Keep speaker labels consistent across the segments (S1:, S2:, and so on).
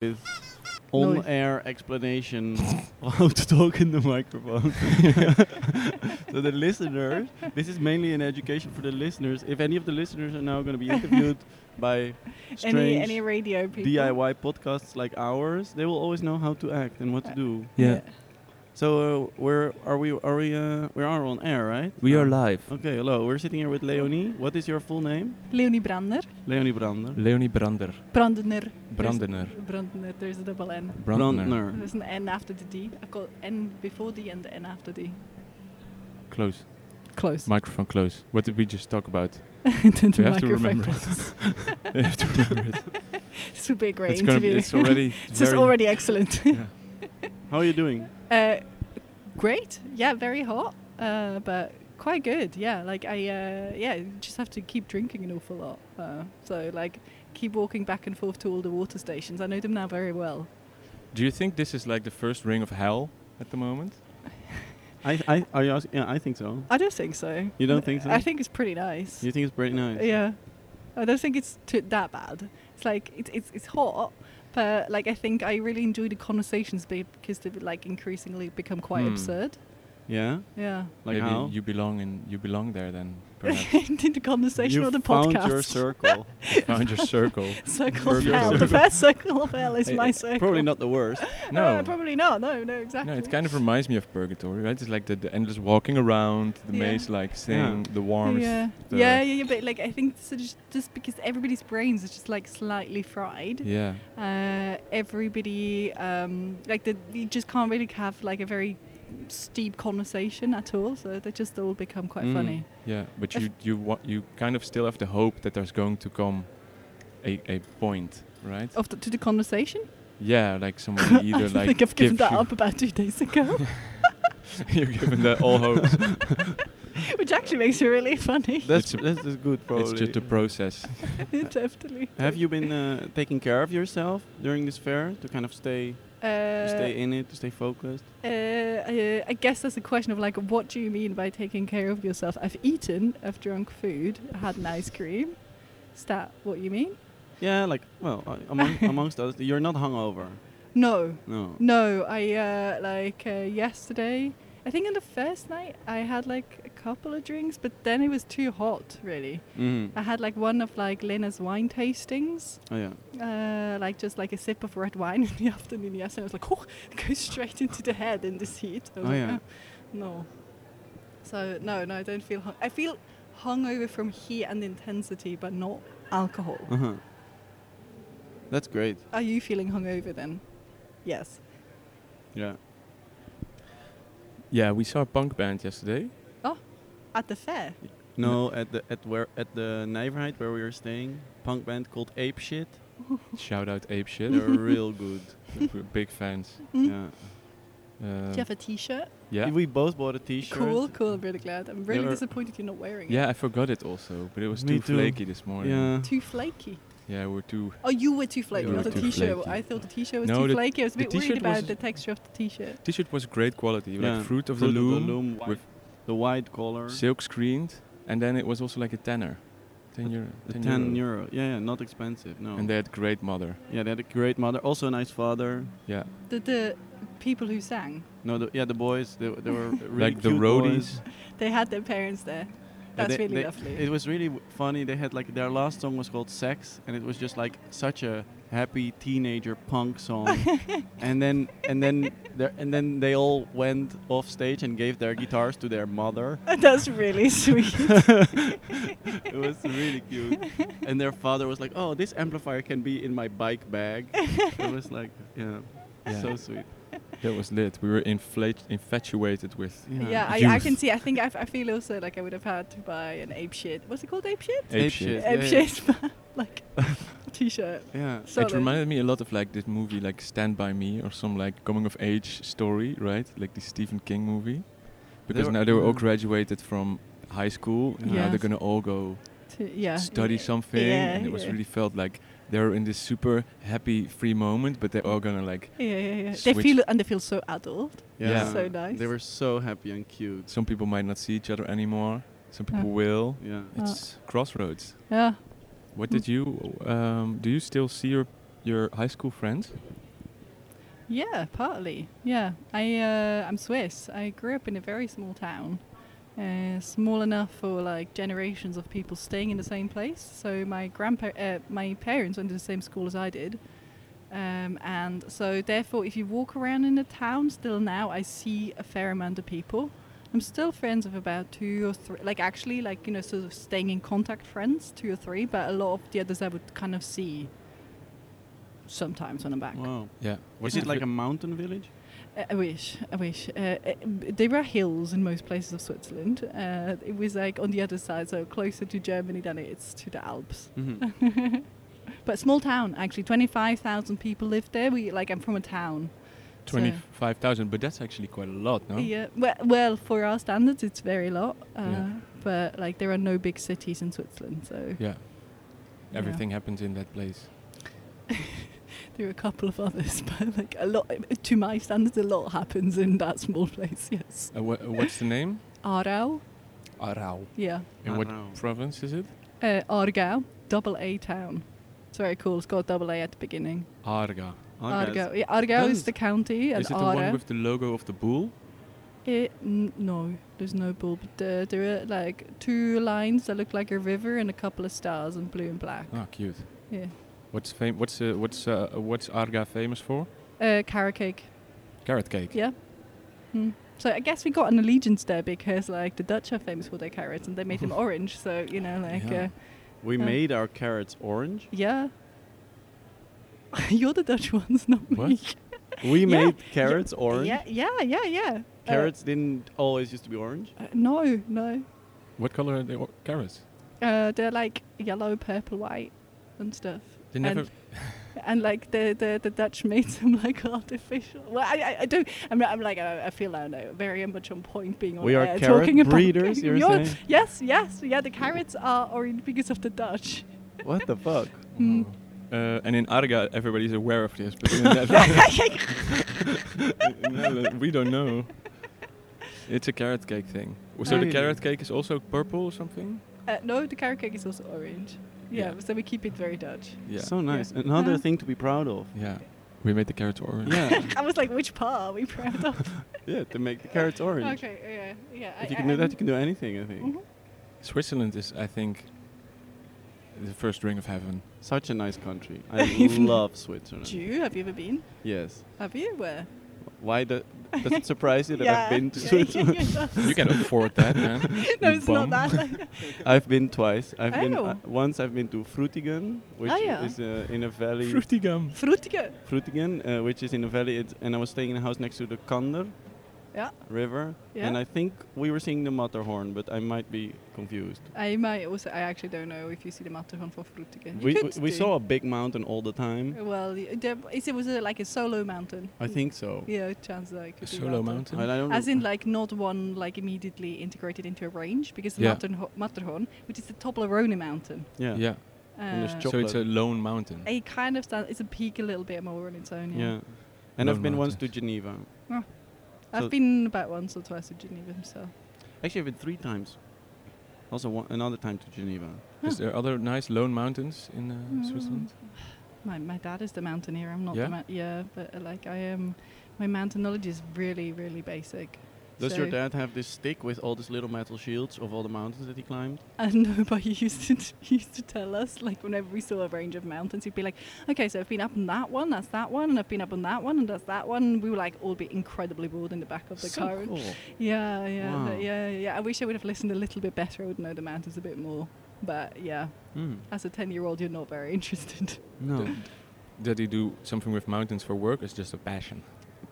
S1: with
S2: Nooit.
S1: on-air explanation of how to talk in the microphone. so the listeners, this is mainly an education for the listeners. If any of the listeners are now going to be interviewed by strange
S2: Any any radio people?
S1: DIY podcasts like ours, they will always know how to act and what to do.
S3: Yeah,
S1: So uh, where are we? Are we? Uh, we are on air, right?
S3: we
S1: Oh.
S2: Um,
S3: are live.
S1: Okay, hello. We're sitting here with Leonie. What is your full name?
S2: Leonie Brander.
S1: Leonie Brander.
S3: Leonie Brander.
S2: Brandener.
S3: Brandener.
S2: Brandner, there's a double N.
S3: Brandner.
S2: There's an N after the D. I call N before D and the N after D.
S3: Close.
S2: Close.
S3: Microphone close. What did we just talk about?
S2: to
S3: You have to remember You have to remember it.
S2: This would be a great
S3: It's, gonna be,
S2: interview.
S3: it's already.
S2: this is
S3: very-
S2: already excellent.
S3: Yeah.
S1: How are you doing?
S2: Uh, great. Yeah, very hot, uh, but quite good. Yeah, like I, uh, yeah, you just have to keep drinking an awful lot. Uh, so like, keep walking back and forth to all the water stations. I know them now very well.
S3: Do you think this is like the first ring of hell at the moment?
S1: I, I, are you ask, yeah, I think so.
S2: I don't think so.
S1: You don't think so?
S2: I think it's pretty nice.
S1: You think it's pretty nice.
S2: Yeah, I don't think it's too, that bad. It's like it's it's it's hot, but like I think I really enjoy the conversations be- because they've like increasingly become quite
S3: Hmm.
S2: absurd.
S1: Yeah.
S2: Yeah,
S1: Like
S3: Maybe
S1: how?
S3: you belong in you belong there then. Perhaps
S2: in the conversation
S1: You
S2: or the
S1: found
S2: podcast.
S1: your circle.
S3: You found your circle.
S2: Circle of
S1: Burger
S2: hell. The
S1: circle.
S2: first circle of hell is
S3: Hey,
S2: my
S3: it's
S2: circle.
S1: Probably not the worst.
S3: No.
S2: Uh, probably not. No, no, exactly.
S3: No, it kind of reminds me of purgatory, right? It's like the, the endless walking around, the
S2: Yeah.
S3: maze-like thing, the warmth.
S2: Yeah.
S3: the-
S2: yeah, yeah, yeah, but like I think so just, just because everybody's brains are just like slightly fried,
S3: Yeah.
S2: uh, everybody um, like the, you just can't really have like a very steep conversation at all. So they just all become quite
S3: Mm,
S2: funny.
S3: Yeah, but
S2: I
S3: you you wa- you kind of still have the hope that there's going to come a, a point, right?
S2: Of the, to the conversation,
S3: Yeah, like somebody either
S2: I
S3: like
S2: think I've given
S3: gives
S2: that up about two days ago,
S3: you, you're given that all hope.
S2: which actually makes it really funny.
S1: That's
S3: It's a-
S1: that's, that's good. Probably.
S3: it's just a process.
S2: Definitely.
S1: Have you been uh, taking care of yourself during this fair to kind of stay, to
S2: Uh,
S1: stay in it, to stay focused?
S2: Uh, I, I guess that's a question of like, what do you mean by taking care of yourself? I've eaten, I've drunk food, I had an ice cream. Is that what you mean?
S1: Yeah, like well, uh, among, amongst us, you're not hungover.
S2: No,
S1: No.
S2: no. I uh, like uh, yesterday. I think on the first night I had like a couple of drinks, but then it was too hot. Really,
S1: Mm.
S2: I had like one of like Lena's wine tastings,
S1: Oh yeah.
S2: uh, like just like a sip of red wine in the afternoon. Yesterday I was like, oh, it goes straight into the head in this heat. I was
S1: Oh,
S2: like,
S1: yeah.
S2: "Oh, no. So no, no, I don't feel. Hung- I feel hungover from heat and intensity, but not alcohol.
S1: Uh huh. That's great.
S2: Are you feeling hungover then? Yes.
S1: Yeah.
S3: Yeah, we saw a punk band yesterday.
S2: At the fair.
S1: No, at the at where at the Nijverheid where we were staying, punk band called Ape Shit.
S3: Shout out Ape Shit.
S1: They're real good.
S3: We're big fans.
S2: Hmm?
S1: Yeah.
S3: Uh,
S1: Um,
S2: Do you have a T-shirt?
S3: yeah.
S1: We both bought a T-shirt.
S2: Cool, cool. I'm really glad. I'm really
S1: Never-
S2: disappointed you're not wearing it.
S3: Yeah, I forgot it also, but it was
S1: Me
S3: too,
S1: too.
S3: flaky this morning.
S1: Yeah.
S2: Too flaky.
S3: Yeah, we're too.
S2: Oh, you were too flaky.
S3: were
S2: Not the
S3: too
S2: T-shirt.
S3: flaky.
S2: I thought the T-shirt was
S3: No,
S2: too
S3: the-
S2: flaky. I was a
S3: the
S2: bit worried
S3: t-shirt
S2: about
S3: was-
S2: the texture of the T-shirt.
S3: T-shirt was great quality,
S1: Yeah.
S3: like fruit of
S1: Fruit
S3: the loom,
S1: with
S3: with-
S1: the white collar.
S3: silk screened, and then it was also like a tenner, ten euro.
S1: The 10 euro. Yeah, yeah, not expensive. No.
S3: And they had great mother.
S1: yeah, they had a great mother, also a nice father.
S3: Yeah,
S2: The, the people who sang,
S1: No, the, yeah, the boys they, they were really
S3: like the
S1: cute
S3: roadies.
S1: boys.
S2: they had their parents there.
S1: Yeah,
S2: That's
S1: they-
S2: really
S1: they-
S2: lovely.
S1: It was really w- funny. They had like their last song was called "Sex," and it was just like such a happy teenager punk song. and then and then there- and then they all went off stage and gave their guitars to their mother.
S2: That's really sweet.
S1: It was really cute. And their father was like, "Oh, this amplifier can be in my bike bag." it was like, yeah,
S3: Yeah.
S1: so sweet.
S3: That was lit. We were inflate- infatuated with
S1: Yeah.
S2: yeah, I, I
S3: Youth.
S2: can see. I think I, f- I feel also like I would have had to buy an ape shit. What's it called? Ape shit?
S3: ape,
S1: Ape
S3: shit.
S1: shit. Yeah,
S2: Ape
S1: yeah.
S2: shit, like t-shirt.
S1: Yeah.
S2: Solid.
S3: It reminded me a lot of like this movie, like Stand by Me, or some like coming of age story, right? Like the Stephen King movie. Because
S1: were- Mm.
S3: now they were all
S1: yeah.
S3: graduated from high school, and now
S2: Yeah.
S3: they're gonna all go
S2: T- yeah.
S3: study something,
S2: Yeah,
S3: and it was
S2: yeah.
S3: really felt like they're in this super happy free moment, but they're all gonna like
S2: Yeah, yeah, yeah. They
S3: Switch.
S2: feel and they feel so adult.
S3: Yeah.
S2: So nice.
S1: They were so happy and cute.
S3: some people might not see each other anymore, some people
S2: Mm.
S3: will.
S1: Yeah.
S3: It's crossroads.
S2: Yeah.
S3: What did you? Um, do you still see your your high school friends?
S2: Yeah, partly. Yeah, I uh, I'm Swiss. I grew up in a very small town, uh, small enough for like generations of people staying in the same place. So my grandpa, uh, my parents went to the same school as I did, um, and so therefore, if you walk around in the town, still now I see a fair amount of people. I'm still friends with about two or three, like actually, like you know, sort of staying in contact friends, two or three. But a lot of the others I would kind of see sometimes when I'm back.
S1: Wow.
S3: Yeah.
S1: Was
S3: your
S1: it like
S3: fa-
S1: a mountain village?
S2: Uh, I wish, I wish. Uh, uh, b- there were hills in most places of Switzerland. Uh, it was like on the other side, so closer to Germany than it is to the Alps.
S1: Mhm.
S2: But small town, actually, twenty-five thousand people lived there. We like I'm from a town. So-
S3: 25,000, but that's actually quite a lot, no?
S2: Yeah. Well, well, for our standards, it's very lot. Uh,
S3: Yeah.
S2: But like there are no big cities in Switzerland, so
S3: Yeah.
S2: Yeah.
S3: Everything happens in that place.
S2: there are a couple of others. But like a lot, to my standards, a lot happens in that small place. Yes.
S3: Uh, wha- uh, what's the name?
S2: Aarau.
S3: Arau.
S2: Yeah.
S3: In what
S1: Aarau.
S3: province is it?
S2: Uh, Argau, double A town. It's very cool. It's got double A at the beginning.
S3: Arga.
S1: Okay,
S2: Argau. Yeah, Argau
S3: Does-
S2: is the county, and
S3: is it the one
S2: Are.
S3: with the logo of the bull?
S2: it, n- no, there's no bull, but uh, there are like two lines that look like a river and a couple of stars in blue and black.
S3: Ah, cute.
S2: Yeah.
S3: What's fam- What's uh, what's uh, what's Arga famous for?
S2: Uh, carrot cake.
S3: Carrot cake.
S2: Yeah. Hmm. So I guess we got an allegiance there because like the Dutch are famous for their carrots and they made them orange. So you know like
S3: Yeah.
S2: yeah. Uh,
S1: We
S2: Yeah.
S1: made our carrots orange.
S2: yeah. You're the Dutch ones, not me.
S3: What?
S1: We
S2: Yeah.
S1: made
S2: Yeah.
S1: carrots orange.
S2: Yeah, yeah, yeah, yeah. Uh,
S1: Carrots didn't always used to be orange.
S2: Uh, no, no.
S3: What color are the or- carrots?
S2: Uh, they're like yellow, purple, white, and stuff.
S3: They never.
S2: And, and like the, the the Dutch made them like artificial. Well, I I, I do. I'm not- I'm like I, I feel I don't know very much on point being on
S1: We are
S2: air
S1: carrot
S2: talking about-
S1: breeders, you're saying?
S2: Yes, yes, yeah. The carrots are orange because of the Dutch.
S1: what the fuck?
S2: Hmm.
S3: Uh, and in Arga, everybody's aware of this, but in Netherlands,
S2: Uh,
S3: in Netherlands, we don't know. It's a carrot cake thing. W- So the
S1: Really?
S3: carrot cake is also purple or something?
S2: Uh, no, the carrot cake is also orange. Yeah,
S3: Yeah.
S2: so we keep it very Dutch.
S3: Yeah.
S1: So nice. Another
S2: Yeah.
S1: thing to be proud of.
S3: yeah. We made the carrots orange.
S1: Yeah.
S2: I was like, which part are we proud of?
S1: yeah, to make the carrots orange.
S2: okay, Mm-hmm. yeah, yeah.
S1: If you can do that, you can do anything, I think.
S3: Switzerland is, I think, the first ring of heaven.
S1: Such a nice country. I love Switzerland.
S2: Do you? Have you ever been?
S1: Yes.
S2: Have you? Where?
S1: Why do, does it surprise you that I've been to
S2: yeah,
S1: Switzerland?
S2: yeah, yeah, yeah.
S3: you can afford that, man.
S2: no,
S3: you
S2: it's not
S3: bum.
S2: that. Like,
S1: I've been twice. I've been
S2: Oh.
S1: uh, once. I've been to Frutigen, which
S2: Ah, yeah.
S1: is uh, in a valley.
S3: Fruitigum.
S2: Frutige.
S1: Frutigen, uh, which is in a valley, it's, and I was staying in a house next to the Kander
S2: Yeah.
S1: River,
S2: Yeah.
S1: and I think we were seeing the Matterhorn, but I might be confused.
S2: er I might also. I actually don't know if you see the Matterhorn for Frutige.
S1: we we, we saw a big mountain all the time.
S2: Well, y- there is it was a, like a solo mountain.
S1: I think so.
S2: Oh. Yeah, chance that it could be
S3: Solo
S2: Matterhorn.
S3: mountain.
S1: But I don't
S2: As
S1: know.
S2: in, like, not one like immediately integrated into a range because the
S3: Yeah.
S2: Matterho- Matterhorn, which is the Toblerone mountain,
S1: yeah.
S3: Yeah.
S2: uh,
S1: there's
S3: So it's
S1: Chocolate.
S3: a lone mountain.
S2: a kind of stand. It's a peak a little bit more on its own. Yeah.
S1: Yeah. And I've
S3: Lone
S1: been once to
S3: mountains.
S1: Geneva.
S2: I've
S1: So-
S2: been about once or twice to Geneva himself.
S1: Actually, I've been three times. Also, one, another time to Geneva.
S3: Is there other nice lone mountains in uh, Switzerland?
S2: My, my dad is the mountaineer. I'm not.
S3: Yeah?
S2: The ma- yeah, but uh, like I am, my mountain knowledge is really really basic.
S1: Does your
S2: So-
S1: dad have this stick with all these little metal shields of all the mountains that he climbed?
S2: And nobody used to t- he used to tell us like whenever we saw a range of mountains, he'd be like, "Okay, so I've been up on that one, that's that one, and I've been up on that one, and that's that one." And we were like all be incredibly bored in the back of the
S1: so
S2: car. and-
S1: cool.
S2: Yeah, yeah,
S1: Wow.
S2: but yeah, yeah. I wish I would have listened a little bit better. I would know the mountains a bit more. But yeah,
S1: Mm.
S2: as a ten-year-old, you're not very interested.
S1: No.
S3: Th- Did he do something with mountains for work? It's just a passion.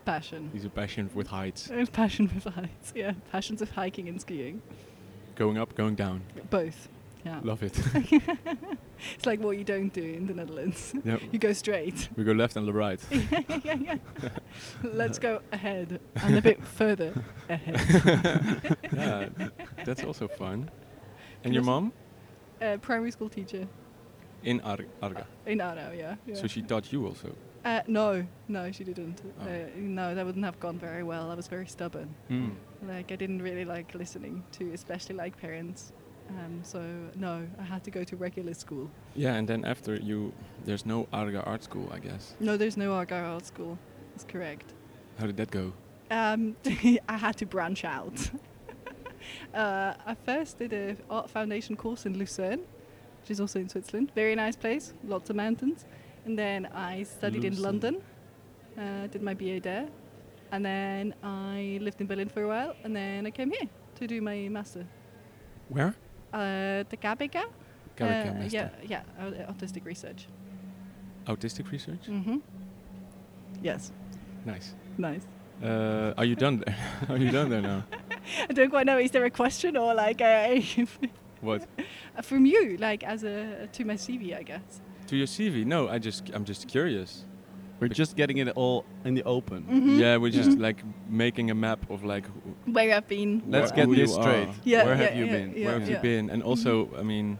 S2: Passion.
S3: He's a passion with heights.
S2: Uh, Passion for heights. Yeah, passions of hiking and skiing.
S3: Going up, going down.
S2: Both. Yeah.
S3: Love it.
S2: It's like what you don't do in the Netherlands.
S3: yeah.
S2: You go straight.
S3: We go left and the right.
S2: yeah, yeah, yeah. Let's go ahead and a bit further ahead.
S3: yeah, that's also fun. And your mom?
S2: Uh, primary school teacher
S3: In Ar- Arga.
S2: in Arno, yeah. yeah.
S3: So she taught you also.
S2: uh, no, no, she didn't.
S3: Oh.
S2: Uh, no, that wouldn't have gone very
S3: Hmm.
S2: well. I was very stubborn.
S1: Mm.
S2: Like I didn't really like listening to, especially like parents. Um, so no, I had to go to regular school.
S3: Yeah, and then after you, there's no Arga art school, I guess.
S2: No, there's no Argyle Art School. That's correct.
S3: How did that go?
S2: Um, I had to branch out. uh, I first did a art foundation course in Lucerne, which is also in Switzerland. Very nice place, lots of mountains. And then I studied in
S3: Lucerne.
S2: London, uh, did my BA there, and then I lived in Berlin for a while, and then I came here to do my master.
S3: Where?
S2: Uh, the Gabega.
S3: Gabeka
S2: Uh,
S3: Mesta.
S2: yeah, yeah, au- autistic research.
S3: Autistic research.
S2: Mm-hmm. Yes,
S3: Nice.
S2: nice.
S3: Uh, are you done there? are you done there now?
S2: I don't quite know. Is there a question or like a
S3: What?
S2: from you, like as a to my CV, I guess.
S3: To your CV? No, I just I'm just curious.
S1: We're just getting it all in the open.
S2: Mm-hmm.
S3: Yeah, we're
S1: Yeah.
S3: just like making a map of like wh-
S2: Where I've been.
S1: Let's
S3: Wh-
S1: get
S3: who you
S1: this straight.
S3: are.
S2: Yeah,
S1: Where have
S2: yeah,
S1: you
S2: yeah,
S1: been?
S2: yeah. Mm-hmm.
S3: where have you been, and also I mean,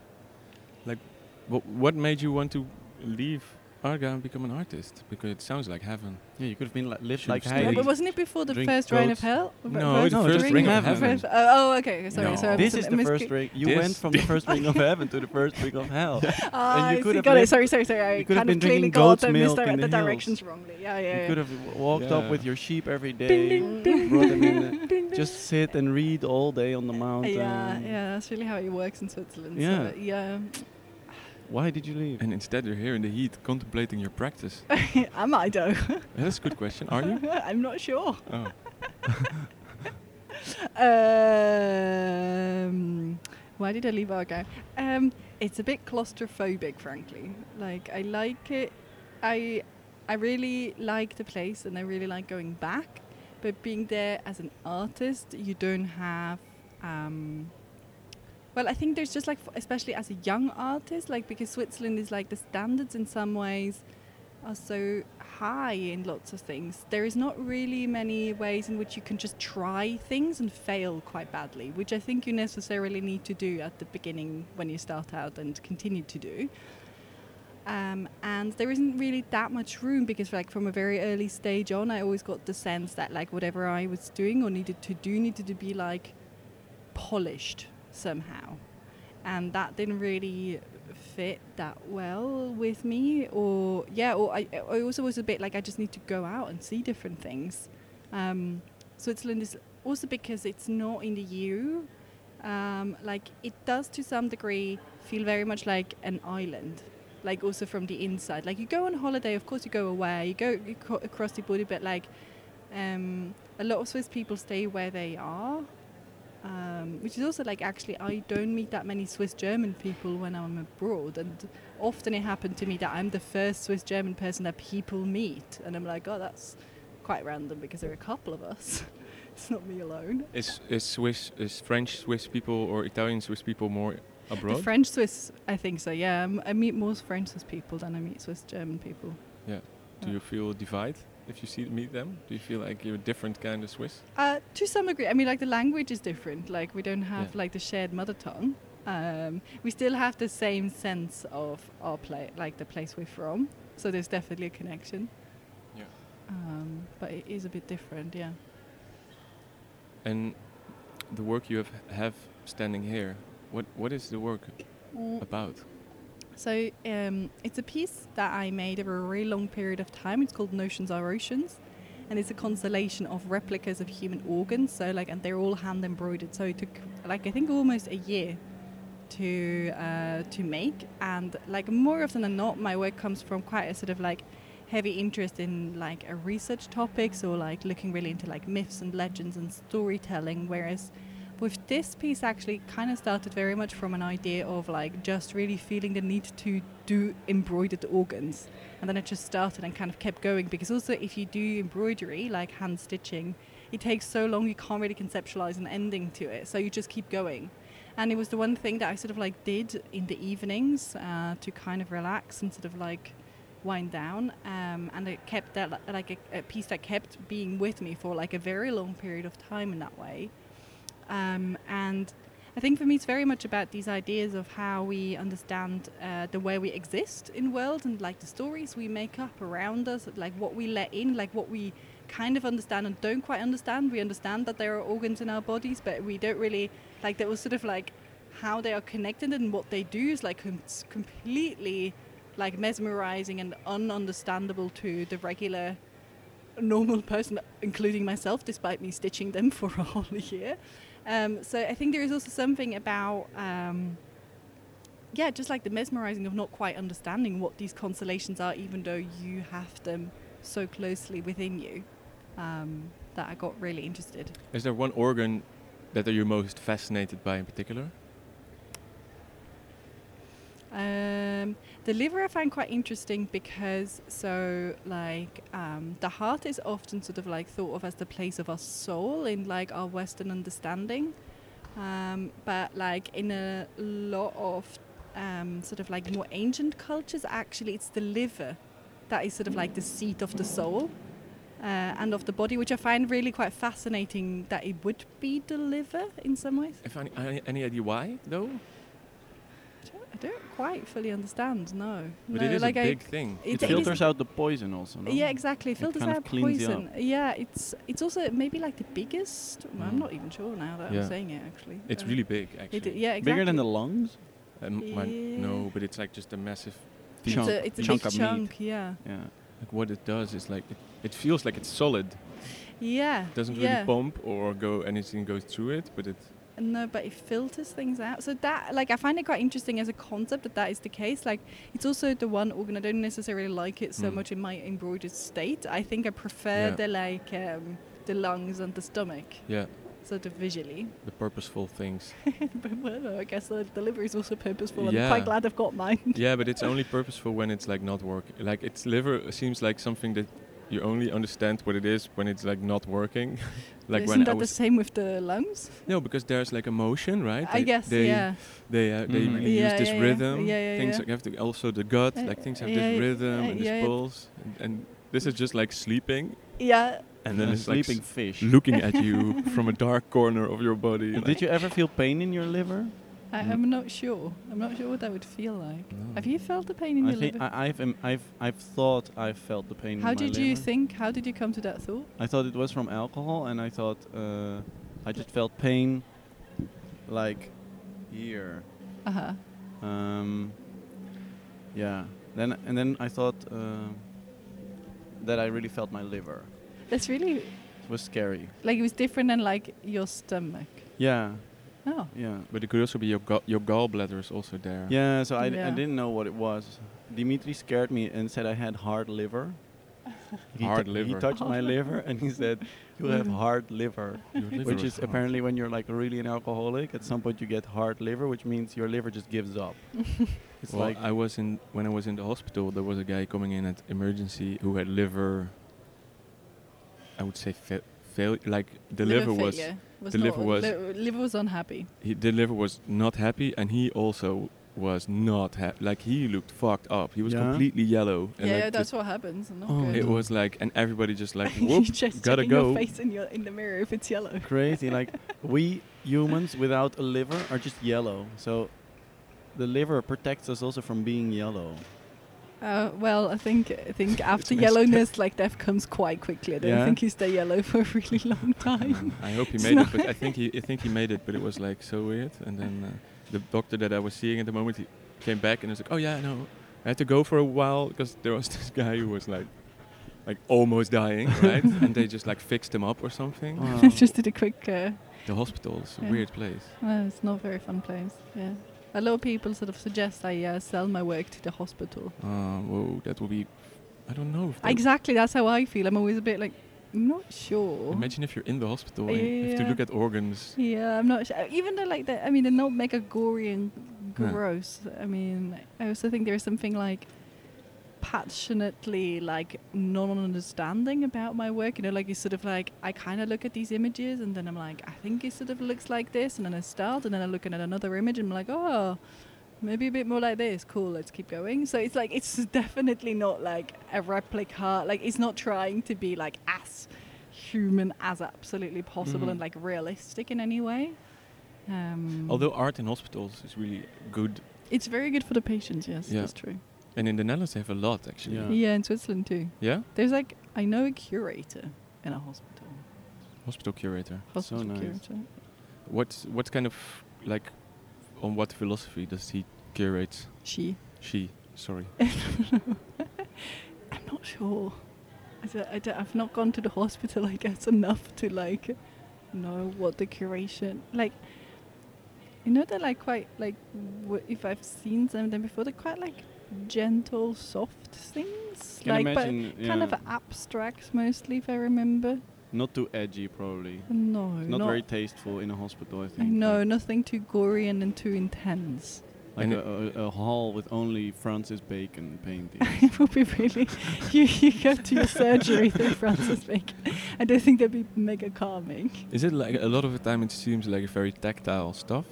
S3: like, what what made you want to leave Arga and become an artist? Because it sounds like heaven.
S1: Yeah, you could have been like, lived
S3: Should
S1: like
S3: have
S1: Heidi.
S3: stayed.
S2: Uh, but wasn't it before the
S1: Drink
S2: first rain
S1: goats.
S2: of hell? Fir-
S3: No, the first
S1: ring of
S2: fir-
S1: heaven.
S2: uh, oh, okay. Sorry,
S3: No.
S2: sorry. I
S1: this
S2: mis-
S1: is the
S2: mis-
S1: first ring. You
S3: This-
S1: went from the first ring of heaven to the first ring of hell.
S2: Ah,
S1: and you
S2: I
S1: could
S2: see,
S1: have
S2: got it.
S1: lived-
S2: Sorry, sorry, sorry. I
S1: you could have
S2: kind of
S1: been
S2: clearly
S1: drinking
S2: got
S1: goat's
S2: the,
S1: milk
S2: misdirect-
S1: in
S2: the
S1: the hills.
S2: directions wrongly. Yeah,
S1: You
S2: yeah.
S1: could
S2: yeah.
S1: have w- walked
S3: Yeah.
S1: up with your sheep every day, brought them in, the- just sit and read all day on the mountain.
S2: Yeah, yeah, that's really how it works in Switzerland. so,
S1: um, Yeah.
S2: yeah.
S1: Why did you leave?
S3: And instead, you're here in the heat, contemplating your practice.
S2: Am I though?
S3: That's a good question. Are you?
S2: I'm not sure.
S3: Oh,
S2: Um, why did I leave Argo? Um, it's a bit claustrophobic, frankly. Like I like it. I I really like the place, and I really like going back. But being there as an artist, you don't have. Um, well, I think there's just like, f- especially as a young artist, like because Switzerland is like the standards in some ways are so high in lots of things. There is not really many ways in which you can just try things and fail quite badly, which I think you necessarily need to do at the beginning when you start out and continue to do. Um, and there isn't really that much room because, like, from a very early stage on, I always got the sense that, like, whatever I was doing or needed to do needed to be like polished somehow and that didn't really fit that well with me or yeah or I, I also was a bit like i just need to go out and see different things um, switzerland is also because it's not in the eu um, like it does to some degree feel very much like an island like also from the inside like you go on holiday of course you go away you go you co- across the border but like um, a lot of swiss people stay where they are um, which is also like actually I don't meet that many Swiss German people when I'm abroad, and often it happened to me that I'm the first Swiss German person that people meet, and I'm like, oh, that's quite random because there are a couple of us. it's not me alone.
S3: is is Swiss is French Swiss people or Italian Swiss people more abroad?
S2: The French Swiss, I think so. Yeah, m- I meet more French Swiss people than I meet Swiss German people.
S3: Do you feel divide if you see meet them? Do you feel like you're a different kind of Swiss?
S2: Uh, to some degree, I mean, like the language is different. Like we don't have
S3: Yeah.
S2: like the shared mother tongue. Um, we still have the same sense of our place, like the place we're from. So there's definitely a connection.
S3: Yeah.
S2: Um, but it is a bit different, yeah.
S3: And the work you have have standing here, what what is the work about?
S2: So um, it's a piece that I made over a really long period of time. It's called Notions Are Oceans, and it's a constellation of replicas of human organs. So like, and they're all hand embroidered. So it took like I think almost a year to uh, to make, and like more often than not, my work comes from quite a sort of like heavy interest in like a research topics or like looking really into like myths and legends and storytelling, whereas with this piece actually kind of started very much from an idea of like just really feeling the need to do embroidered organs and then it just started and kind of kept going because also if you do embroidery like hand stitching it takes so long you can't really conceptualize an ending to it so you just keep going and it was the one thing that i sort of like did in the evenings uh, to kind of relax and sort of like wind down um, and it kept that li- like a, a piece that kept being with me for like a very long period of time in that way um, and I think for me, it's very much about these ideas of how we understand uh, the way we exist in world and like the stories we make up around us, like what we let in, like what we kind of understand and don't quite understand. We understand that there are organs in our bodies, but we don't really like. That was sort of like how they are connected and what they do is like com- completely like mesmerizing and ununderstandable to the regular normal person, including myself, despite me stitching them for a whole year. Um, so I think there is also something about, um, yeah, just like the mesmerizing of not quite understanding what these constellations are, even though you have them so closely within you, um, that I got really interested.
S3: Is there one organ that are you most fascinated by in particular?
S2: Um, the liver I find quite interesting because so like um, the heart is often sort of like thought of as the place of our soul in like our Western understanding, um, but like in a lot of um, sort of like more ancient cultures, actually it's the liver that is sort of like the seat of the soul. Uh, and of the body, which I find really quite fascinating that it would be the liver in some ways.
S3: If any, any, any idea why though?
S2: I don't quite fully understand. No,
S3: But
S2: no,
S3: it is
S2: like
S3: a
S2: I-
S3: big thing.
S2: it-
S1: It,
S2: it is-
S1: filters out the poison also. No?
S2: Yeah, exactly. Filters
S1: kind of
S2: out
S1: cleans you up.
S2: poison. Yeah, it's it's also maybe like the biggest. well, I'm
S3: Mm.
S2: not even sure now that
S3: Yeah.
S2: I'm saying it actually.
S3: It's
S2: Uh,
S3: really big,
S2: It,
S3: actually.
S2: yeah, exactly.
S1: Bigger than the lungs.
S3: Um, mine-
S2: Yeah.
S3: No, but it's like just a massive.
S2: it's
S1: chunk.
S2: a, it's a
S1: Chunk
S2: big
S1: of meat.
S2: chunk. Yeah,
S1: Yeah.
S3: Like what it does is like it, it feels like it's solid.
S2: yeah.
S3: It doesn't
S2: yeah.
S3: really pump or go anything goes through it, but it.
S2: No, but it filters things out. So that, like, I find it quite interesting as a concept that that is the case. Like, it's also the one organ I don't necessarily like it so
S3: Mm.
S2: much in my embroidered state. I think I prefer
S3: Yeah.
S2: the like um, the lungs and the stomach,
S3: Yeah,
S2: sort of visually.
S3: the purposeful things.
S2: but well, I guess the delivery is also purposeful. and
S3: Yeah.
S2: I'm quite glad I've got mine.
S3: yeah, but it's only purposeful when it's like not working. Like its liver seems like something that you only understand what it is when it's like not working. like
S2: Isn't
S3: when I
S2: that the
S3: was
S2: same with the lungs?
S3: no, because there's like emotion, right?
S2: I
S3: They-
S2: guess,
S3: they,
S2: yeah.
S3: They uh, they
S1: Mm.
S3: really
S2: Yeah,
S3: use this
S2: yeah, yeah.
S3: rhythm.
S2: Yeah, yeah,
S3: things
S2: yeah.
S3: like have to also the gut.
S2: Uh,
S3: like things have
S2: yeah,
S3: this
S2: yeah,
S3: rhythm
S2: uh,
S3: and this
S2: yeah, yeah.
S3: pulse, and, and this is just like sleeping,
S2: Yeah.
S3: and then
S1: a
S3: it's like
S1: sleeping
S3: s-
S1: fish.
S3: looking at you from a dark corner of your body.
S1: Well,
S3: like-
S1: Did you ever feel pain in your liver?
S2: I,
S3: Mm.
S2: I'm not sure. I'm not sure what that would feel like.
S3: No.
S2: Have you felt the pain in
S1: I
S2: your
S1: think
S2: liver?
S1: I, I've, um, I've I've thought I've felt the pain.
S2: how
S1: in my
S2: did you
S1: liver.
S2: think? How did you come to that thought?
S1: I thought it was from alcohol, and I thought uh, I just felt pain, like here.
S2: Uh huh.
S1: Um, yeah. Then and then I thought uh, that I really felt my liver.
S2: That's really
S1: It was scary.
S2: like it was different than like your stomach.
S1: Yeah.
S2: Oh.
S1: Yeah.
S3: But it could also be your ga- your gallbladder is also there.
S1: Yeah. So I, d- I
S2: Yeah.
S1: didn't know what it was. Dimitri scared me and said I had hard liver. He
S3: Hard
S1: tou- He
S3: liver.
S1: touched my liver and he said, "You have
S2: Liver.
S1: hard liver."
S3: Your liver
S1: which is
S3: hard.
S1: apparently when you're like really an alcoholic at some point you get hard liver which means your liver just gives up it's
S3: Well,
S1: like
S3: I was in when I was in the hospital. There was a guy coming in at emergency who had liver. I would say fa- fail. Like the liver, was
S2: failure
S3: the
S2: not-
S3: liver was-
S2: li- liver was unhappy.
S3: he, the liver was not happy, and he also was not happy. Like he looked fucked up. He was
S1: Yeah?
S3: completely yellow. And
S2: yeah,
S3: like
S2: yeah, that's
S3: just-
S2: what happens. Not
S1: Oh.
S2: good.
S3: It was like, and everybody just like,
S2: you
S3: whoop,
S2: just
S3: gotta
S2: checking
S3: go.
S2: your face in, your, in the mirror if it's yellow.
S1: crazy like we humans without a liver are just yellow so the liver protects us also from being yellow
S2: Uh, well, I think I think after
S3: messed up.
S2: yellowness, like death comes quite quickly. I don't
S1: Yeah.
S2: think you stay yellow for a really long time.
S3: I hope he
S2: It's
S3: made it,
S2: not-
S3: but I think he, I think he made it, but it was like so weird. And then uh, the doctor that I was seeing at the moment, he came back and was like, "Oh yeah, no, I had to go for a while because there was this guy who was like, like almost dying, right? and they just like fixed him up or something.
S1: Wow.
S2: I just did a quick. Uh,
S3: The hospital is a
S2: Oh. Yeah.
S3: weird place.
S2: well, it's not a very fun place. Yeah, a lot of people sort of suggest I uh, sell my work to the hospital.
S3: Uh, whoa, that would be, I don't know. If that-
S2: Exactly, that's how I feel. I'm always a bit like, I'm not sure.
S3: Imagine if you're in the hospital and you have to
S2: Oh. Yeah.
S3: look at organs.
S2: Yeah, I'm not sure. Even though, like, the, I mean, they're not mega gory and
S3: No.
S2: gross. I mean, I also think there's something like passionately like non-understanding about my work. You know, like you sort of like I kind of look at these images and then I'm like, I think it sort of looks like this, and then I start, and then I'm looking at another image and I'm like, oh. Maybe a bit more like this. Cool, let's keep going. So it's like it's definitely not like a replica. Like it's not trying to be like as human as absolutely possible
S1: Mhm.
S2: and like realistic in any way. Um,
S3: Although art in hospitals is really good,
S2: it's very good for the patients, yes,
S3: Yeah.
S2: that's true.
S3: and in the Netherlands they have a lot actually.
S1: Yeah.
S2: Yeah. in Switzerland too.
S3: yeah?
S2: There's like I know a curator in a hospital.
S3: hospital curator.
S2: Hospital
S1: nice.
S2: curator.
S3: What's what kind of like on what philosophy does he curate?
S2: She.
S3: She, sorry.
S2: I'm not sure. I d- I d- I've not gone to the hospital, I guess, enough to like know what the curation like. You know they're like quite like w- if I've seen them then before they're quite like gentle, soft things,
S1: Can
S2: like
S1: imagine,
S2: but kind
S1: yeah.
S2: of abstract mostly, if I remember.
S1: Not too edgy, probably.
S2: No,
S1: Not, very tasteful in a hospital, I
S2: I
S1: think.
S2: know nothing too gory and then too intense.
S1: Like
S3: And
S1: a, a, a hall with only Francis Bacon paintings.
S2: it would be really. You, you go to your surgery through Francis Bacon. I don't think that'd be mega calming.
S3: Is it like a lot of the time it seems like a very tactile stuff?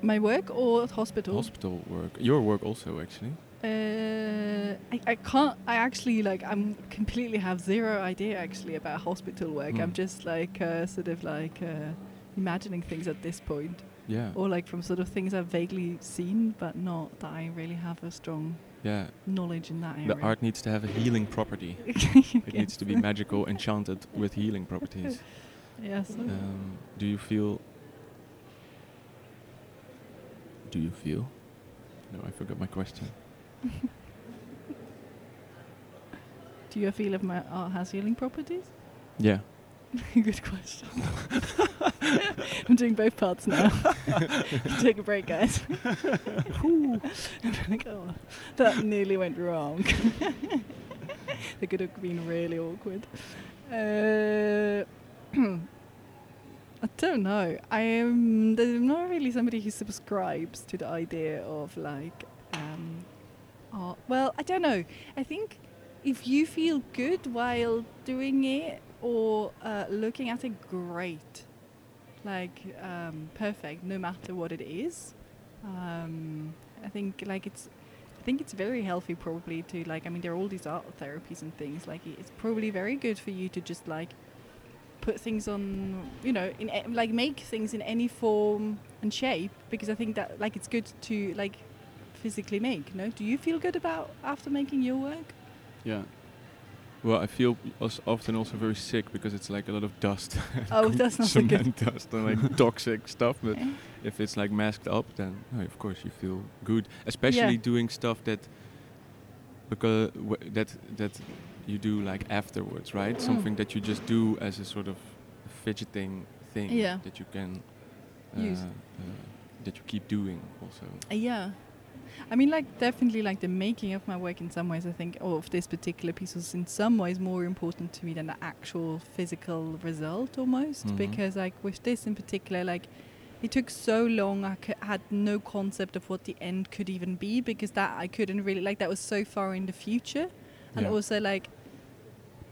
S2: My work or at hospital?
S3: Hospital work. Your work also, actually.
S2: uh, I, I can't. I actually like. I'm completely have zero idea actually about hospital work. I'm
S3: Mm.
S2: just like uh, sort of like uh, imagining things at this point,
S3: Yeah.
S2: or like from sort of things I've vaguely seen, but not that I really have a strong
S3: Yeah.
S2: knowledge in that area.
S3: The art needs to have a healing property. It needs to be magical, enchanted with healing properties.
S2: Yes.
S3: Um, do you feel? Do you feel? No, I forgot my question.
S2: Do you feel if my art has healing properties?
S3: Yeah.
S2: Good question. I'm doing both parts now. Take a break, guys. Whew. I'm like, oh, that nearly went wrong. that could have been really awkward. Uh, I don't know. I am. I'm not really somebody who subscribes to the idea of like um, art. Well, I don't know. I think if you feel good while doing it or uh, looking at it, great. Like, um, perfect, no matter what it is. Um, I think, like, it's. I think it's very healthy, probably, to like. I mean, there are all these art therapies and things. Like, i- it's probably very good for you to just like put things on, you know, in a- like make things in any form and shape. Because I think that like it's good to like physically make. No, do you feel good about after making your work?
S1: yeah.
S3: Well, I feel als- often also very sick because it's like a lot of dust.
S2: Oh, that's not so good.
S3: Cement dust and like toxic stuff. But
S2: Eh?
S3: if it's like masked up, then no, of course you feel good. Especially doing stuff that because w- that that you do like afterwards, right?
S2: Mm.
S3: Something that you just do as a sort of fidgeting thing
S2: Yeah.
S3: that you can
S2: Use.
S3: uh, uh, that you keep doing also.
S2: Uh, Yeah. I mean, like, definitely, like, the making of my work in some ways, I think, or of this particular piece was in some ways more important to me than the actual physical result almost.
S3: Mhm.
S2: Because, like, with this in particular, like, it took so long, I c- had no concept of what the end could even be because that I couldn't really, like, that was so far in the future. And
S3: Yeah.
S2: also, like,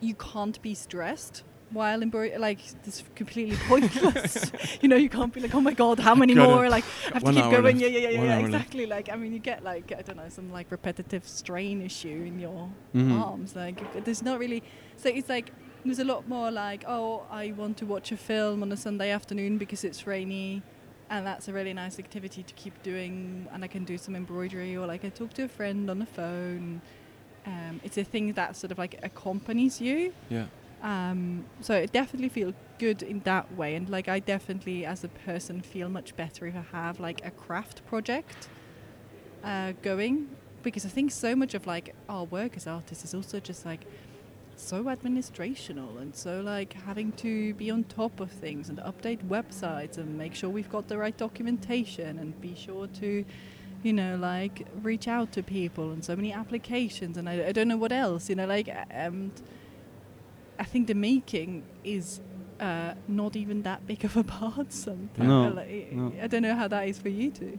S2: you can't be stressed while embroidering, like, this completely pointless. you know, you can't be like, oh my god, how many
S3: Gotta-
S2: more? Like, I have
S3: One
S2: to keep
S3: hour
S2: going.
S3: left.
S2: Yeah, yeah, yeah, yeah,
S3: One
S2: yeah
S3: hour left.
S2: exactly. Like, I mean, you get like I don't know some like repetitive strain issue in your
S3: Mm-hmm.
S1: Mhm.
S2: arms. Like, if- there's not really. So it's like there's a lot more like, oh, I want to watch a film on a Sunday afternoon because it's rainy, and that's a really nice activity to keep doing, and I can do some embroidery or like I talk to a friend on the phone. Um, it's a thing that sort of like accompanies you.
S3: Yeah.
S2: Um, so I definitely feel good in that way, and like I definitely, as a person, feel much better if I have like a craft project uh, going because I think so much of like our work as artists is also just like so administrational and so like having to be on top of things and update websites and make sure we've got the right documentation and be sure to you know like reach out to people and so many applications and I, I don't know what else you know like uh, um, I think the making is uh, not even that big of a part sometimes
S1: No,
S2: Like,
S1: no.
S2: I don't know how that is for you two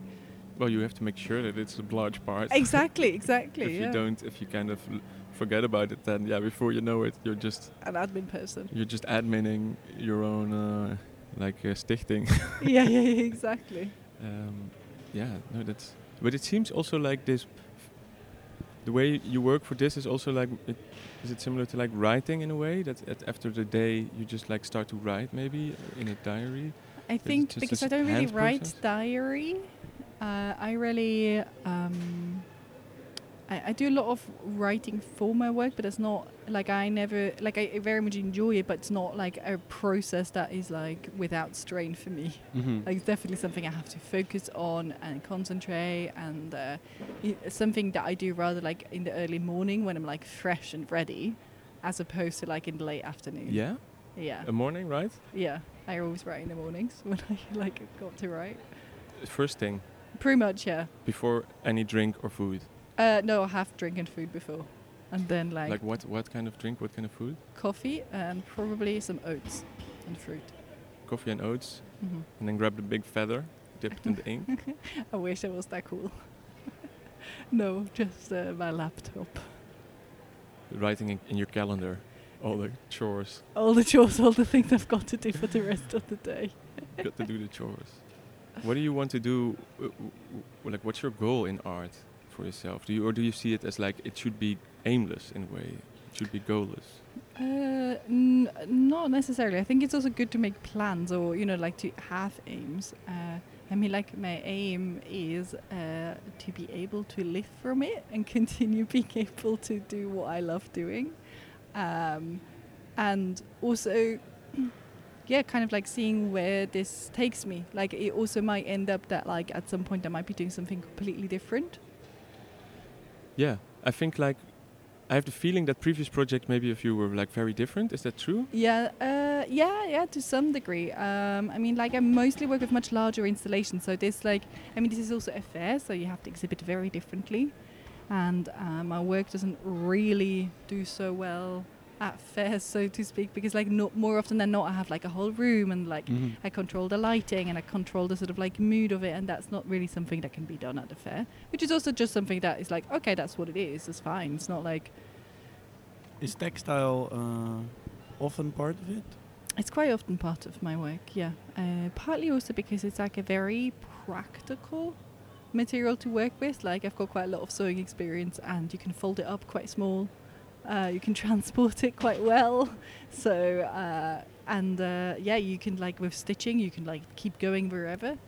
S3: Well, you have to make sure that it's a large part.
S2: exactly exactly
S3: if
S2: yeah.
S3: you don't, if you kind of l- forget about it, then yeah, before you know it, you're just
S2: an admin person
S3: you're just admining your own uh, like uh, stichting.
S2: yeah, yeah, yeah, exactly.
S3: Um, yeah, no, that's. But it seems also like this. The way you work for this is also like. It, is it similar to like writing in a way that at, after the day you just like start to write maybe in a diary?
S2: I think
S3: just a
S2: because
S3: s-
S2: I don't really
S3: hand
S2: write
S3: process?
S2: diary, uh, I really um, I, I do a lot of writing for my work, but it's not like I never like I very much enjoy it, but it's not like a process that is like without strain for me.
S1: Mm-hmm.
S2: Like it's definitely something I have to focus on and concentrate, and uh, i- something that I do rather like in the early morning when I'm like fresh and ready, as opposed to like in the late afternoon.
S3: Yeah,
S2: yeah,
S3: a morning, right?
S2: yeah. I always write in the mornings when I like got to write.
S3: First thing
S2: Pretty much, yeah.
S3: before any drink or food.
S2: Uh, no, I have drink and food before, and then like,
S3: Like what? What kind of drink? What kind of food?
S2: coffee and probably some oats and fruit.
S3: Coffee and oats,
S2: hmm
S3: and then grab the big feather, dip it in the ink.
S2: I wish I was that cool. no, just uh, my laptop.
S3: Writing in, in your calendar, all the chores.
S2: All the chores, all the things I've got to do for the rest of the day.
S3: Got to do the chores. What do you want to do? w- w- w- Like, what's your goal in art for yourself? Do you or do you see it as like it should be aimless in a way? It should be goalless.
S2: Uh, n- not necessarily. I think it's also good to make plans or, you know, like to have aims. Uh, I mean, like, my aim is uh, to be able to live from it and continue being able to do what I love doing. Um, and also, yeah, kind of like seeing where this takes me. Like, it also might end up that, like, at some point I might be doing something completely different.
S3: Yeah, I think like I have the feeling that previous projects, maybe if you were like very different, is that true?
S2: Yeah, uh, yeah, yeah, to some degree. Um, I mean, like, I mostly work with much larger installations, so this, like, I mean, this is also a fair, so you have to exhibit very differently. And uh, my work doesn't really do so well at fairs, so to speak, because, like, no, more often than not, I have, like, a whole room and, like,
S1: Mhm.
S2: I control the lighting and I control the sort of like mood of it, and that's not really something that can be done at the fair, which is also just something that is like, okay, that's what it is, it's fine. It's not like
S4: Is textile uh, often part of it?
S2: It's quite often part of my work, yeah. Uh, partly also because it's like a very practical material to work with. Like I've got quite a lot of sewing experience, and you can fold it up quite small. Uh, you can transport it quite well. So uh, and uh, yeah, you can like with stitching, you can like keep going wherever.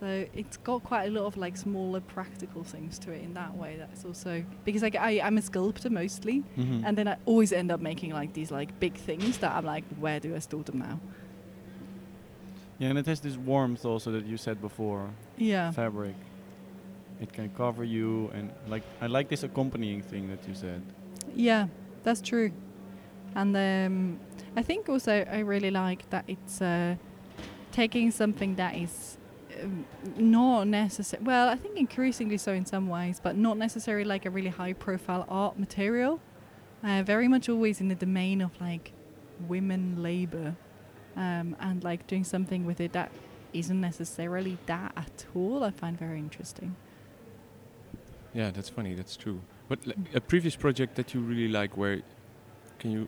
S2: So it's got quite a lot of like smaller practical things to it in that way. That's also because like I, I'm a sculptor mostly,
S1: Mm-hmm.
S2: and then I always end up making like these like big things that I'm like, where do I store them now?
S1: yeah, and it has this warmth also that you said before.
S2: Yeah.
S1: Fabric. It can cover you, and like I like this accompanying thing that you said.
S2: Yeah, that's true. And um, I think also I really like that it's uh, taking something that is um, not necessary. Well, I think increasingly so in some ways, but not necessarily like a really high profile art material. Uh, very much always in the domain of like women labor um, and like doing something with it that isn't necessarily that at all. I find very interesting.
S3: Yeah, that's funny. That's true. But li- a previous project that you really like, where can you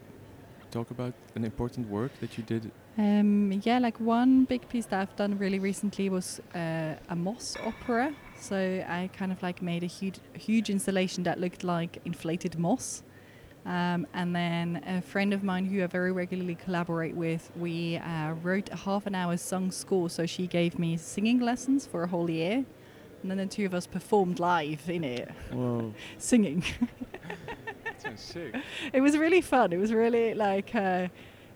S3: talk about an important work that you did?
S2: Um, yeah, like one big piece that I've done really recently was uh, a moss opera. So I kind of like made a huge, huge installation that looked like inflated moss. Um, and then a friend of mine who I very regularly collaborate with, we uh, wrote a half an hour sung score. So she gave me singing lessons for a whole year. And then the two of us performed live in it,
S1: Whoa.
S2: singing
S3: That sounds sick.
S2: it was really fun. It was really like uh,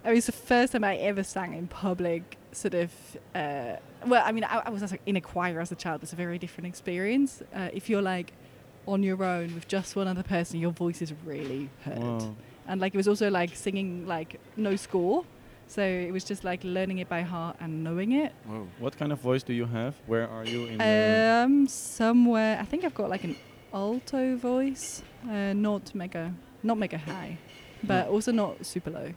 S2: it was the first time I ever sang in public. Sort of. Uh, well, I mean, I, I was also in a choir as a child. It's a very different experience. Uh, if you're like on your own with just one other person, your voice is really heard.
S1: Whoa.
S2: And like it was also like singing like no score, so it was just like learning it by heart and knowing it.
S3: Whoa.
S1: What kind of voice do you have? Where are you in the?
S2: Um, somewhere I think I've got like an alto voice, uh, not mega, not mega high, but also not super low.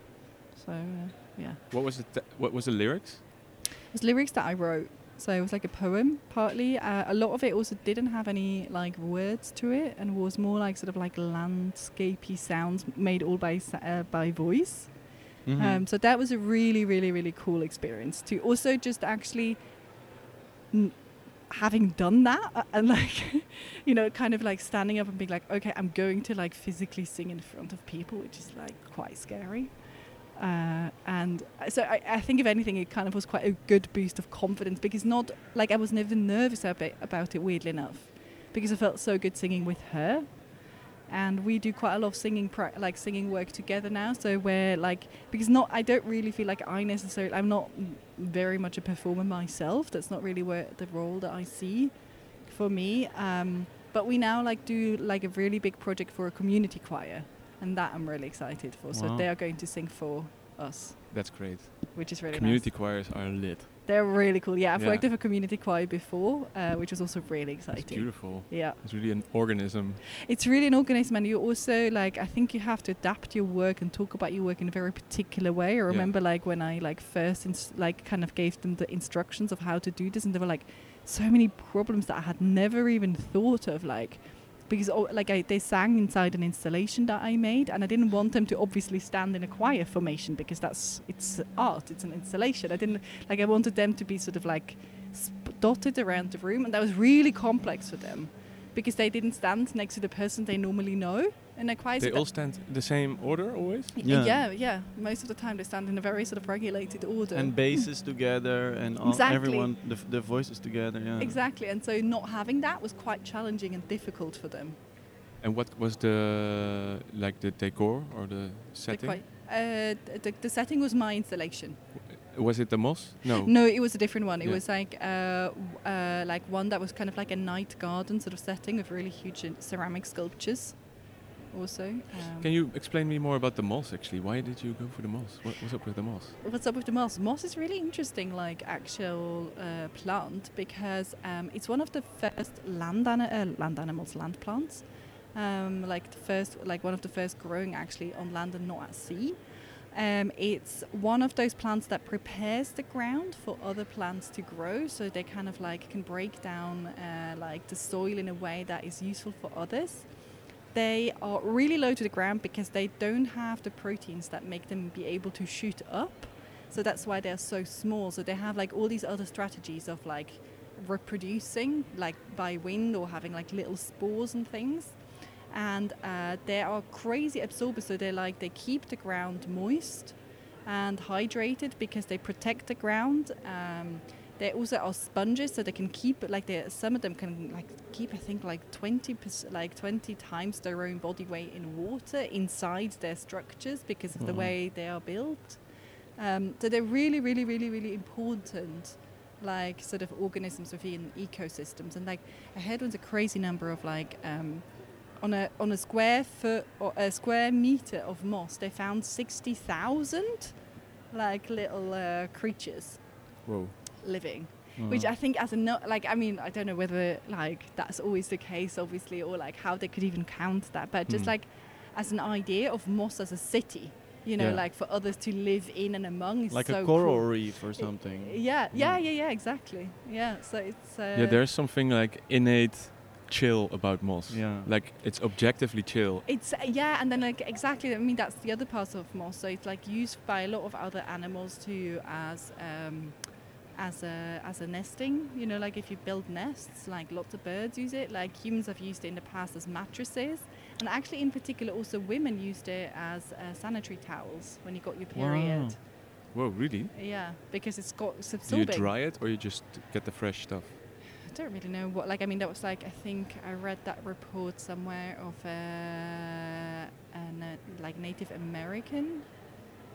S2: So uh, yeah,
S3: What was the te- what was the lyrics?
S2: it was lyrics that I wrote. So it was like a poem, partly. Uh, a lot of it also didn't have any like words to it, and was more like sort of like landscapey sounds made all by sa- uh, by voice.
S3: Mm-hmm.
S1: Mhm.
S2: Um, so that was a really, really, really cool experience to also just actually n- having done that uh, and like, you know, kind of like standing up and being like, okay, I'm going to like physically sing in front of people, which is like quite scary. Uh, and uh, so I, I think if anything, it kind of was quite a good boost of confidence because not like I was never nervous about about it, weirdly enough, because I felt so good singing with her. and we do quite a lot of singing pra- like singing work together now so we're like because not i don't really feel like i necessarily i'm not very much a performer myself that's not really where the role that i see for me um, but we now like do like a really big project for a community choir and that i'm really excited for so
S1: Wow.
S2: they are going to sing for us
S3: That's great.
S2: which is really nice
S3: Community choirs are lit.
S2: they're really cool yeah i've
S3: Yeah.
S2: worked with a community choir before uh, which was also really
S3: It's
S2: exciting
S3: beautiful.
S2: yeah
S3: It's really an organism.
S2: it's really an organism and you also like i think you have to adapt your work and talk about your work in a very particular way i remember like when i like first ins- like kind of gave them the instructions of how to do this and there were like so many problems that i had never even thought of like because oh, like I, they sang inside an installation that i made and i didn't want them to obviously stand in a choir formation because that's it's art it's an installation i didn't like i wanted them to be sort of like sp- dotted around the room and that was really complex for them because they didn't stand next to the person they normally know in a choir. so
S3: They
S2: that-
S3: all stand the same order always.
S2: Y-
S1: Yeah.
S2: yeah. yeah, Most of the time they stand in a very sort of regulated order.
S1: and bases together and all,
S2: Uh, Exactly.
S1: everyone the, f- the voices together yeah
S3: uh,
S2: exactly. And so not having that was quite challenging and difficult for them.
S3: And what was the like the decor or the
S2: They're
S3: setting?
S2: quite- uh, th- the, the setting was my installation.
S3: Was it the moss? No.
S2: No, it was a different one. It
S3: Oh. Yeah.
S2: was like uh, w- uh, like one that was kind of like a night garden sort of setting of really huge uh, ceramic sculptures. Also, um,
S3: Can you explain me more about the moss actually? Why did you go for the moss? What was up with the moss?
S2: What's up with the moss? Moss is really interesting, like actual uh, plant, because um, it's one of the first land ani- uh, land animals, land plants, um, like the first, like one of the first growing actually on land and not at sea. Um, it's one of those plants that prepares the ground for other plants to grow, so they kind of like can break down uh, like the soil in a way that is useful for others. They are really low to the ground because they don't have the proteins that make them be able to shoot up. So that's why they're so small. So they have like all these other strategies of like reproducing, like by wind or having like little spores and things. And uh, they are crazy absorbers. So they like they keep the ground moist and hydrated because they protect the ground. Um, they also are sponges, so they can keep like they, some of them can like keep I think like twenty like twenty times their own body weight in water inside their structures because of the
S1: Wow.
S2: way they are built. Um, so they're really, really, really, really important, like sort of organisms within ecosystems. And like I heard once a crazy number of like um, on a on a square foot or a square meter of moss, they found sixty thousand like little uh, creatures
S3: Whoa.
S2: living.
S1: Mm.
S2: Which I think, as a no, like, I mean, I don't know whether like that's always the case, obviously, or like how they could even count that, but just
S3: Hmm.
S2: like as an idea of Moss as a city, you know,
S1: Yeah.
S2: like for others to live in and among is
S1: like
S2: so
S1: a coral
S2: cool.
S1: reef Hmm. or something
S2: Yeah, yeah, yeah, yeah, exactly. Yeah, so it's uh,
S3: yeah, there's something like innate chill about moss.
S1: Yeah.
S3: Like it's objectively chill.
S2: It's uh, yeah, and then like exactly. I mean, that's the other part of moss. So it's like used by a lot of other animals too as um, as a as a nesting. You know, like if you build nests, like lots of birds use it. Like humans have used it in the past as mattresses, and actually, in particular, also women used it as uh, sanitary towels when you got your period.
S3: Whoa, really?
S2: Yeah, because it's got it's
S3: Do you
S2: absorbing.
S3: dry it or you just get the fresh stuff?
S2: I don't really know what. Like, I mean, that was like I think I read that report somewhere of uh, an uh, like Native American,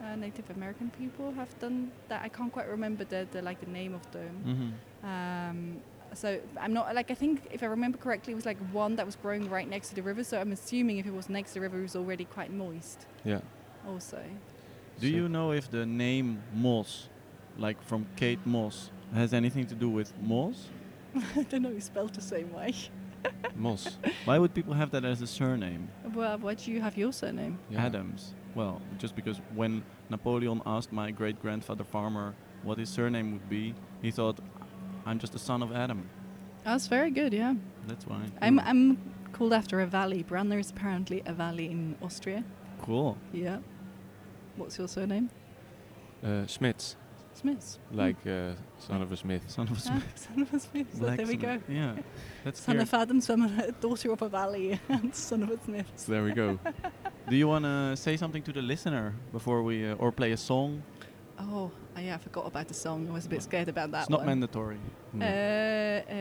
S2: uh, Native American people have done that. I can't quite remember the, the like the name of them.
S1: hmm
S2: Um, so I'm not like I think if I remember correctly, it was like one that was growing right next to the river. So I'm assuming if it was next to the river, it was already quite moist.
S3: Yeah.
S2: Also,
S1: do
S3: So-
S1: you know if the name moss like from kate moss has anything to do with moss
S2: I don't know. It's spelled the same way.
S3: moss.
S1: why would people have that as a surname
S2: Well, why do you have your surname?
S3: Yeah.
S1: adams well just because when napoleon asked my great grandfather farmer what his surname would be he thought i'm just a son of adam
S2: That's very good. Yeah.
S1: that's why Hmm.
S2: I'm I'm called after a valley. Brandner is apparently a valley in Austria.
S1: cool
S2: Yeah. What's your surname?
S3: Uh, Smiths.
S2: Smith.
S3: Like uh, son of a smith.
S1: son of a
S2: Ah,
S1: Smith.
S2: son of a Smith. So there we go.
S1: yeah that's
S2: Son
S1: weird.
S2: of Adam, son of a daughter of a valley, and son of a Smith.
S3: There we go.
S1: Do you want to say something to the listener before we, uh, or play a song?
S2: Oh, uh, yeah, I forgot about the song. I was a bit scared about that
S1: it's not
S2: one.
S1: mandatory.
S3: No.
S2: uh, uh,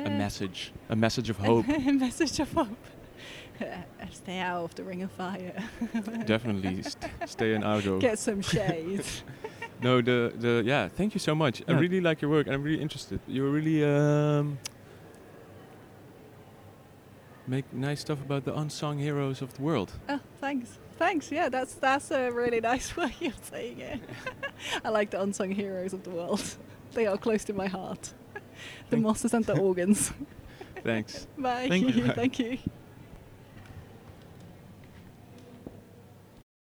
S2: Mm.
S3: a message. A message of hope.
S2: a message of hope. Uh, Stay out of the ring of fire.
S3: Definitely st- stay in Argo.
S2: Get some shade.
S3: No, the the yeah. Thank you so much. I
S1: Yeah.
S3: really like your work, and I'm really interested. You really um, make nice stuff about the unsung heroes of the world.
S2: oh, thanks. Thanks. Yeah, that's that's a really nice way of saying it. I like the unsung heroes of the world. They are close to my heart. The
S3: Thank-
S2: mosses and the organs.
S3: Thanks.
S2: Bye.
S1: Thank you.
S2: Thank you.